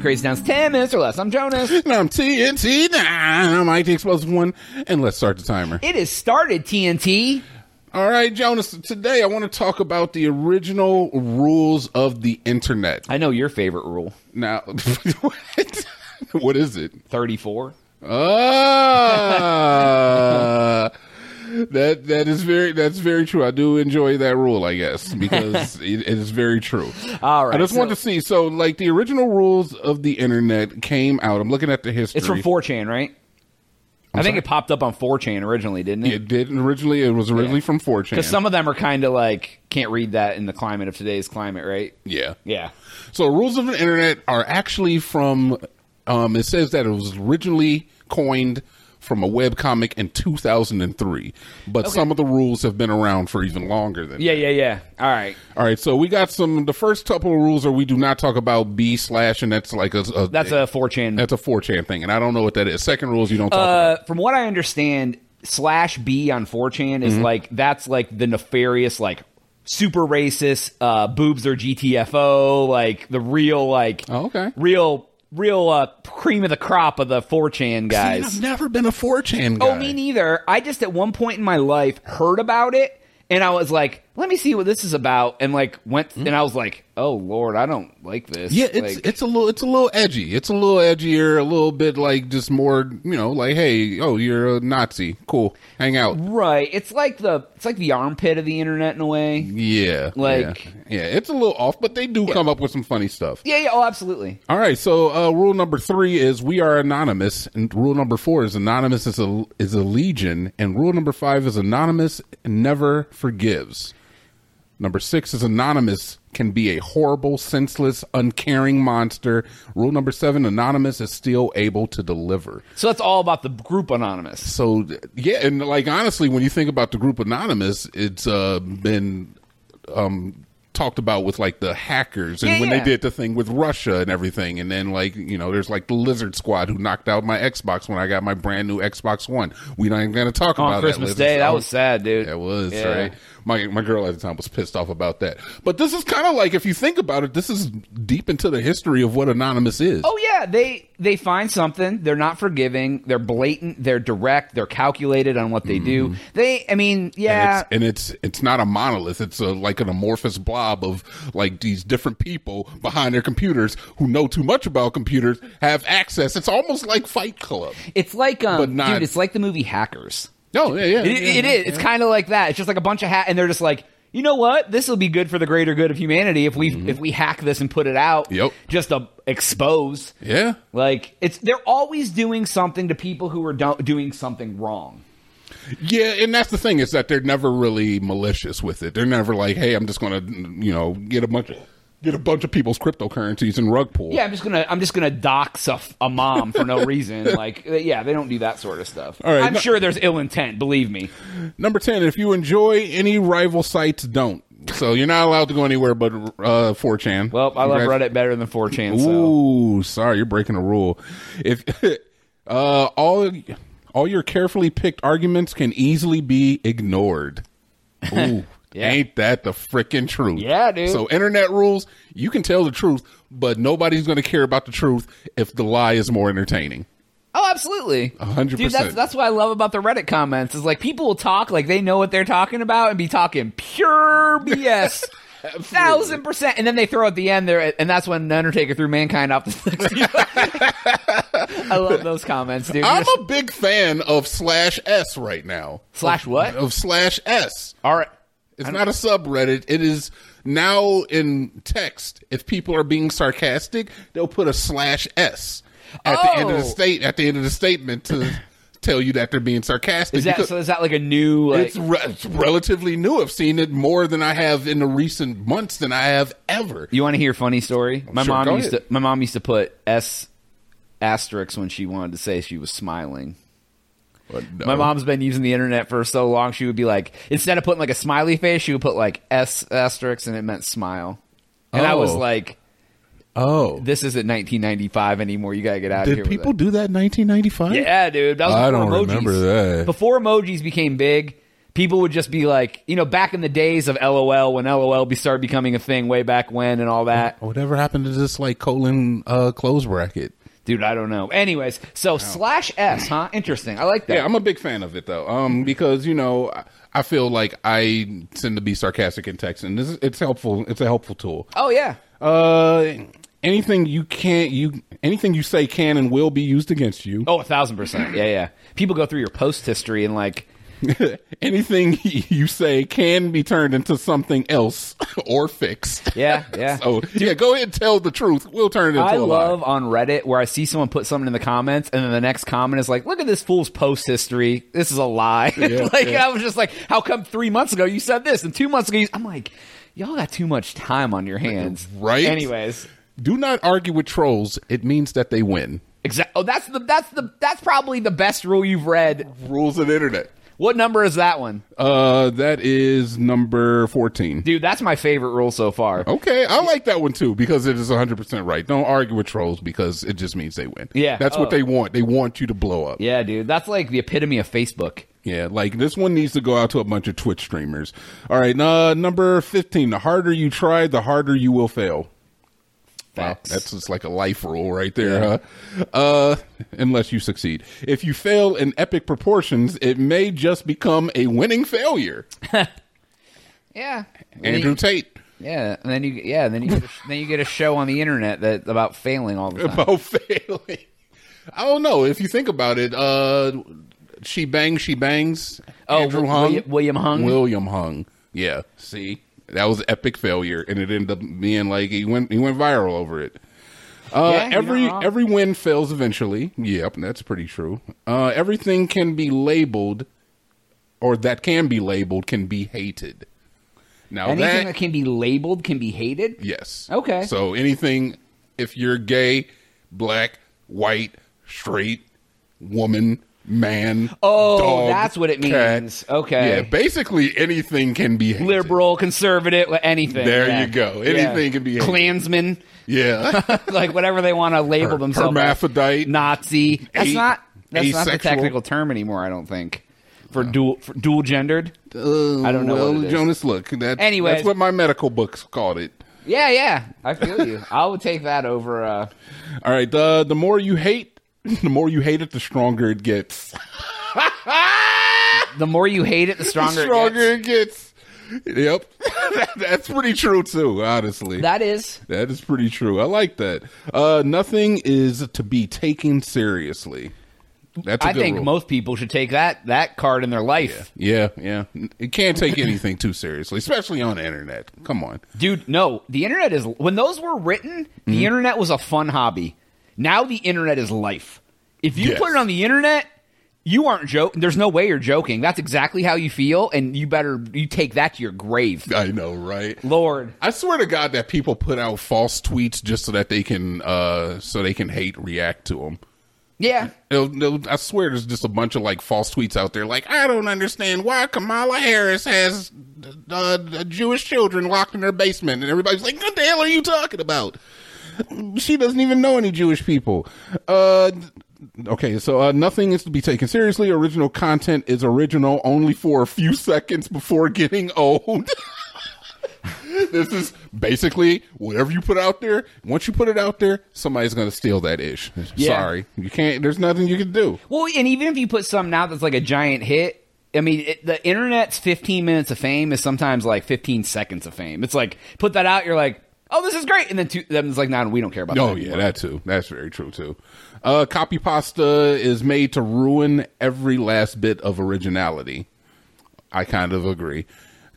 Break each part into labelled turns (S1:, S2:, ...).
S1: Crazy Town's 10 minutes or less. I'm Jonas.
S2: And I'm TNT now. I'm IT Explosive 1. And let's start the timer.
S1: It has started, TNT.
S2: All right, Jonas, today I want to talk about the original rules of the internet.
S1: I know your favorite rule
S2: Now, what? what is it?
S1: 34.
S2: Ah, that that is very that's very true. I do enjoy that rule, I guess, because it, it is very true.
S1: All right,
S2: I just wanted
S1: so-
S2: to see. So, like the original rules of the internet came out. I'm looking at the history.
S1: It's from 4chan, right? i think it popped up on 4chan originally, didn't it?
S2: It did originally. It was originally from 4chan.
S1: Because some of them are kind of like, can't read that in the climate of today's climate, right?
S2: yeah.
S1: Yeah.
S2: So, rules of the internet are actually from. Um, it says that it was originally coined from a web comic in 2003, but some of the rules have been around for even longer than.
S1: Yeah, yeah, yeah. All right.
S2: All right, so we got some. The first couple of rules are we do not talk about B slash, and that's like a, a
S1: That's a 4chan.
S2: that's a four chan thing, and I don't know what that is. Second rule is you don't talk. about
S1: Uh, from what I understand, slash B on 4chan is like that's like the nefarious, like super racist, uh, boobs or GTFO, like the real, like
S2: Oh, okay.
S1: real, real uh, cream of the crop of the 4chan
S2: And
S1: guys.
S2: I've never been a four chan guy.
S1: Oh, me neither. I just at one point in my life heard about it, and I was like, "Let me see what this is about," and like went, and I was like, "Oh Lord, I don't like this."
S2: Hmm? Yeah, it's
S1: Like-
S2: it's a little it's a little edgy. It's a little edgier, a little bit like just more, you know, like hey, oh, you're a Nazi, cool, hang out.
S1: right. It's like the it's like the armpit of the internet in a way.
S2: Yeah,
S1: Like-
S2: yeah, Yeah, it's a little off, but they do come up with some funny stuff.
S1: Yeah. yeah oh, absolutely.
S2: All right, so uh, rule number three is we are anonymous, and rule number four is anonymous is a is a legion, and rule number five is anonymous never forgives. Number six is anonymous can be a horrible, senseless, uncaring monster. Rule number seven: anonymous is still able to deliver.
S1: So that's all about the group anonymous.
S2: So th- yeah, and like honestly, when you think about the group anonymous, it's uh, been um, talked about with like the hackers and
S1: Yeah,
S2: when
S1: yeah.
S2: they did the thing with Russia and everything, and then like you know, there's like the Lizard Squad who knocked out my Xbox when I got my brand new Xbox One. We're not even gonna talk
S1: On
S2: about
S1: Christmas
S2: that, Lizard
S1: Day, that
S2: Squad. Oh,
S1: was sad, dude.
S2: That was
S1: Yeah.
S2: right. My my girl at the time was pissed off about that. But this is kind of like if you think about it, this is deep into the history of what anonymous is.
S1: Oh yeah, they they find something. They're not forgiving. They're blatant. They're direct. They're calculated on what they do. They, I mean, yeah.
S2: Mm-hmm. and it's, and it's it's not a monolith. It's a, like an amorphous blob of like these different people behind their computers who know too much about computers have access. It's almost like Fight Club.
S1: It's like
S2: But
S1: um,
S2: not-
S1: dude. It's like the movie Hackers.
S2: No, yeah, yeah,
S1: It,
S2: yeah,
S1: it is. It's kind of like that. It's just like a bunch of hat, and they're just like, you know what? This will be good for the greater good of humanity if we if we hack this and put it out.
S2: Mm-hmm. Yep.
S1: Just to expose.
S2: yeah.
S1: Like it's they're always doing something to people who are do- doing something wrong.
S2: Yeah, and that's the thing is that they're never really malicious with it. They're never like, "Hey, I'm just going to, you know, get a bunch of get a bunch of people's cryptocurrencies and rug pull."
S1: Yeah, I'm just gonna I'm just gonna dox a, f- a mom for no reason. like yeah, they don't do that sort of stuff.
S2: right,
S1: I'm
S2: no-
S1: sure there's ill intent. Believe me.
S2: Number 10, if you enjoy any rival sites, don't. So you're not allowed to go anywhere but uh 4chan.
S1: Well, I love
S2: Congrats-
S1: Reddit better than 4chan. So.
S2: Ooh, sorry, you're breaking a rule. If uh, all all your carefully picked arguments can easily be ignored. Ooh,
S1: Yeah.
S2: ain't that the freaking truth?
S1: Yeah, dude.
S2: So internet rules, you can tell the truth, but nobody's going to care about the truth if the lie is more entertaining.
S1: Oh, absolutely.
S2: hundred
S1: Dude, that's
S2: percent.
S1: that's what I love about the Reddit comments. Is like people will talk like they know what they're talking about and be talking pure BS. Thousand percent, and then they throw at the end there, and that's when the Undertaker threw mankind off the. 60. I love those comments, dude.
S2: I'm a big fan of slash s right now.
S1: Slash what?
S2: Of slash s.
S1: All right,
S2: It's not a subreddit. It is now in text. If people are being sarcastic, they'll put a slash s at the end of the
S1: Oh.
S2: state at the end of the statement to tell you that they're being sarcastic.
S1: is that
S2: because
S1: so? Is that like a new? Like,
S2: it's, re- it's relatively new. I've seen it more than I have in the recent months than I have ever.
S1: You want to hear a funny story? My
S2: Oh, sure, go
S1: mom used
S2: ahead.
S1: to my mom used to put S asterisk when she wanted to say she was smiling.
S2: But no.
S1: My mom's been using the internet for so long, she would be like, instead of putting like a smiley face, she would put like S asterisk and it meant smile. And I was
S2: Oh.
S1: like,
S2: Oh,
S1: this isn't 1995 anymore. You gotta get out of here.
S2: did
S1: with
S2: people
S1: it.
S2: do that in 1995?
S1: Yeah, dude. That was
S2: I
S1: before
S2: don't
S1: emojis.
S2: remember that.
S1: Before emojis became big, people would just be like, you know, back in the days of LOL when LOL be started becoming a thing way back when and all that.
S2: Whatever happened to this like colon uh, close bracket?
S1: Dude, I don't know. Anyways, so slash S, huh? Interesting. I like that.
S2: Yeah, I'm a big fan of it though,
S1: Mm-hmm.
S2: um, because you know I- I feel like I tend to be sarcastic in text, and this is, it's helpful. It's a helpful tool.
S1: oh yeah.
S2: Uh, anything you can't you anything you say can and will be used against you.
S1: Oh, a thousand percent. Yeah, yeah. People go through your post history and like,
S2: anything you say can be turned into something else or fixed.
S1: yeah, yeah.
S2: So yeah, go ahead and tell the truth. We'll turn it into
S1: I
S2: a
S1: love
S2: lie.
S1: on Reddit where I see someone put something in the comments, and then the next comment is like, "Look at this fool's post history. This is a lie."
S2: Yeah,
S1: like
S2: yeah.
S1: I was just like, "How come three months ago you said this, and two months ago you?" I'm like, "Y'all got too much time on your hands,
S2: Right?
S1: Anyways,
S2: Do not argue with trolls. It means that they win.
S1: exactly. Oh, that's the that's the that's probably the best rule you've read.
S2: Rules of the internet.
S1: What number is that one,
S2: Uh, that is number fourteen.
S1: dude? That's my favorite rule so far.
S2: Okay, I like that one too because it is 100% right. Don't argue with trolls because it just means they win.
S1: Yeah.
S2: That's
S1: Oh.
S2: what they want. They want you to blow up.
S1: Yeah, dude, that's like the epitome of Facebook.
S2: Yeah, like this one needs to go out to a bunch of Twitch streamers. All right, uh, number 15. The harder you try, the harder you will fail. Wow,
S1: Facts.
S2: that's just like a life rule right there, huh? Uh, unless you succeed. If you fail in epic proportions, it may just become a winning failure.
S1: yeah.
S2: Andrew Tate
S1: Yeah, and then you yeah, and then you get a, then you get a show on the internet that about failing all the time.
S2: about failing. I don't know. If you think about it, uh, she bangs, she bangs.
S1: Oh,
S2: Andrew
S1: Wi-
S2: Hung.
S1: William- William Hung?
S2: William Hung. Yeah. See, that was epic failure, and it ended up being like he went he went viral over it.
S1: Yeah,
S2: Uh,
S1: you're not
S2: every
S1: wrong.
S2: every win fails eventually. Yep, that's pretty true. Uh, everything can be labeled, or that can be labeled, can be hated. Now
S1: Anything
S2: that,
S1: that can be labeled can be hated.
S2: Yes.
S1: Okay.
S2: So anything, if you're gay, black, white, straight, woman, man,
S1: Oh,
S2: dog,
S1: that's what it
S2: cat.
S1: means. Okay.
S2: Yeah, basically anything can be hated.
S1: Liberal, conservative, anything.
S2: There
S1: Yeah.
S2: you go.
S1: Yeah.
S2: Anything can be hated.
S1: Klansman,
S2: Yeah.
S1: like whatever they want to label
S2: Her-
S1: themselves. as.
S2: hermaphrodite.
S1: Nazi. That's
S2: A-
S1: not that's not the
S2: asexual.
S1: technical term anymore. I don't think for dual for dual gendered. I don't know
S2: Uh, Well,
S1: what it is.
S2: Jonas, look. That,
S1: Anyways.
S2: That's what my medical books called it.
S1: Yeah, yeah. I feel you. I would take that over. Uh,
S2: All right. The, the more you hate, the more you hate it, the stronger it gets.
S1: the more you hate it, the stronger.
S2: the
S1: it
S2: stronger
S1: gets.
S2: it gets. Yep. That- that's pretty true, too, honestly.
S1: That is.
S2: That is pretty true. I like that. Uh, nothing is to be taken seriously. That's a
S1: I
S2: good
S1: think
S2: rule.
S1: most people should take that that card in their life.
S2: yeah, yeah. It can't take anything too seriously, especially on the internet. Come on.
S1: Dude, no, the internet is when those were written, the
S2: Mm-hmm.
S1: internet was a fun hobby. Now the internet is life. If you
S2: Yes.
S1: put it on the internet, you aren't joking. There's no way you're joking. That's exactly how you feel, and you better you take that to your grave.
S2: I know, right?
S1: Lord,
S2: I swear to God that people put out false tweets just so that they can, uh, so they can hate react to them.
S1: yeah,
S2: They'll- they'll- I swear, there's just a bunch of like false tweets out there. Like, I don't understand why Kamala Harris has uh, Jewish children locked in her basement, and everybody's like, "What the hell are you talking about?" She doesn't even know any Jewish people. Uh, okay, so uh, nothing is to be taken seriously. Original content is original only for a few seconds before getting old. this is basically whatever you put out there. Once you put it out there, somebody's going to steal that ish.
S1: Yeah.
S2: Sorry, you can't. There's nothing you can do.
S1: Well, and even if you put something out that's like a giant hit, I mean, it, the internet's 15 minutes of fame is sometimes like 15 seconds of fame. It's like put that out, you're like, oh, this is great, and then two, then it's like, nah, we don't care about.
S2: Oh
S1: that
S2: yeah,
S1: anymore.
S2: that too. That's very true too. Uh, copy pasta is made to ruin every last bit of originality. I kind of agree.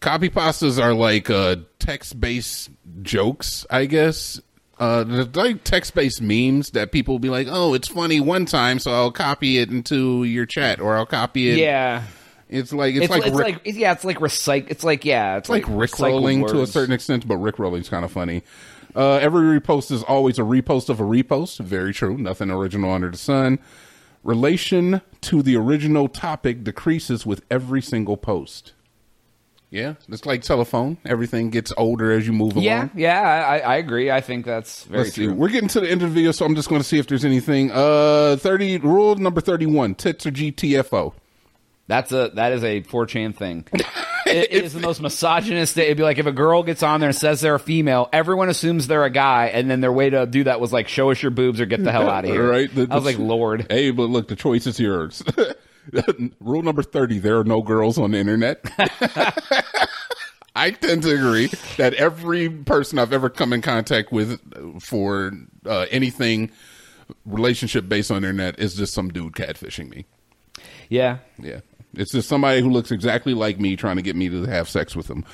S2: Copy pastas are like uh, text-based jokes, I guess. Uh, they're like text-based memes that people be like, "Oh, it's funny one time, so I'll copy it into your chat, or I'll copy it."
S1: yeah.
S2: it's like it's,
S1: It's,
S2: like
S1: like, it's
S2: Rick-
S1: like yeah, it's like recycle. It's like yeah, it's,
S2: like Rick
S1: recycled
S2: rolling to a
S1: words.
S2: certain extent, but Rick rolling's kind of funny. Uh, every repost is always a repost of a repost. Very true. Nothing original under the sun. Relation to the original topic decreases with every single post. Yeah, it's like telephone. Everything gets older as you move
S1: Yeah,
S2: along.
S1: yeah, I, I agree. I think that's very
S2: Let's see.
S1: true.
S2: We're getting to the end of the video, so I'm just going to see if there's anything. Uh, thirty rule number thirty-one: tits or GTFO.
S1: That's a that is a 4chan thing. It- it is the most misogynistic. It'd be like if a girl gets on there and says they're a female, everyone assumes they're a guy, and then their way to do that was like show us your boobs or get the hell out of here.
S2: Right? The-
S1: I was
S2: the- Eh.
S1: like, Lord.
S2: Hey, but look, the choice is yours. Rule number 30 there are no girls on the internet. I tend to agree that every person I've ever come in contact with for uh, anything relationship based on the internet is just some dude catfishing me.
S1: Yeah.
S2: Yeah. It's just somebody who looks exactly like me trying to get me to have sex with them.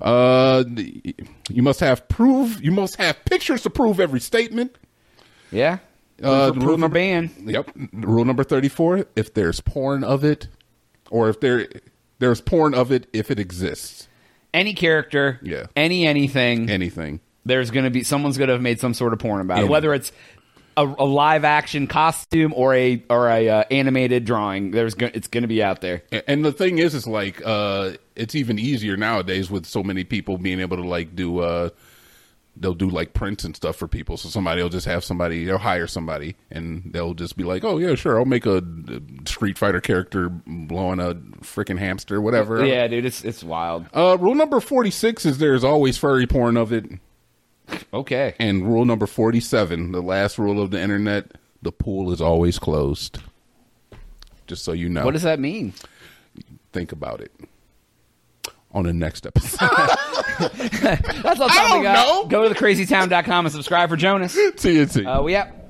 S2: Uh, the- you must have proof. You must have pictures to prove every statement.
S1: Yeah.
S2: Uh,
S1: Proof or- proof or ban.
S2: Yep. Rule number 34, if there's porn of it or if there there's porn of it if it exists.
S1: Any character,
S2: Yeah.
S1: any anything,
S2: Anything.
S1: there's going to be someone's going to have made some sort of porn about
S2: Yeah.
S1: it, whether it's a, a live action costume or a or a uh, animated drawing. There's go- it's going to be out there.
S2: A- And the thing is it's like uh it's even easier nowadays with so many people being able to like do uh they'll do like prints and stuff for people. So somebody'll just have somebody they'll hire somebody and they'll just be like, "Oh yeah, sure, I'll make a uh, Street Fighter character blowing a freaking hamster whatever."
S1: Yeah, dude, it's it's wild.
S2: Uh rule number 46 is there's always furry porn of it.
S1: Okay.
S2: And rule number 47, the last rule of the internet, the pool is always closed. Just so you know.
S1: What does that mean?
S2: Think about it. On the next episode.
S1: That's all the time
S2: I
S1: we
S2: don't
S1: got.
S2: know.
S1: Go to thecrazytown.com and subscribe for Jonas.
S2: TNT.
S1: Uh, we out.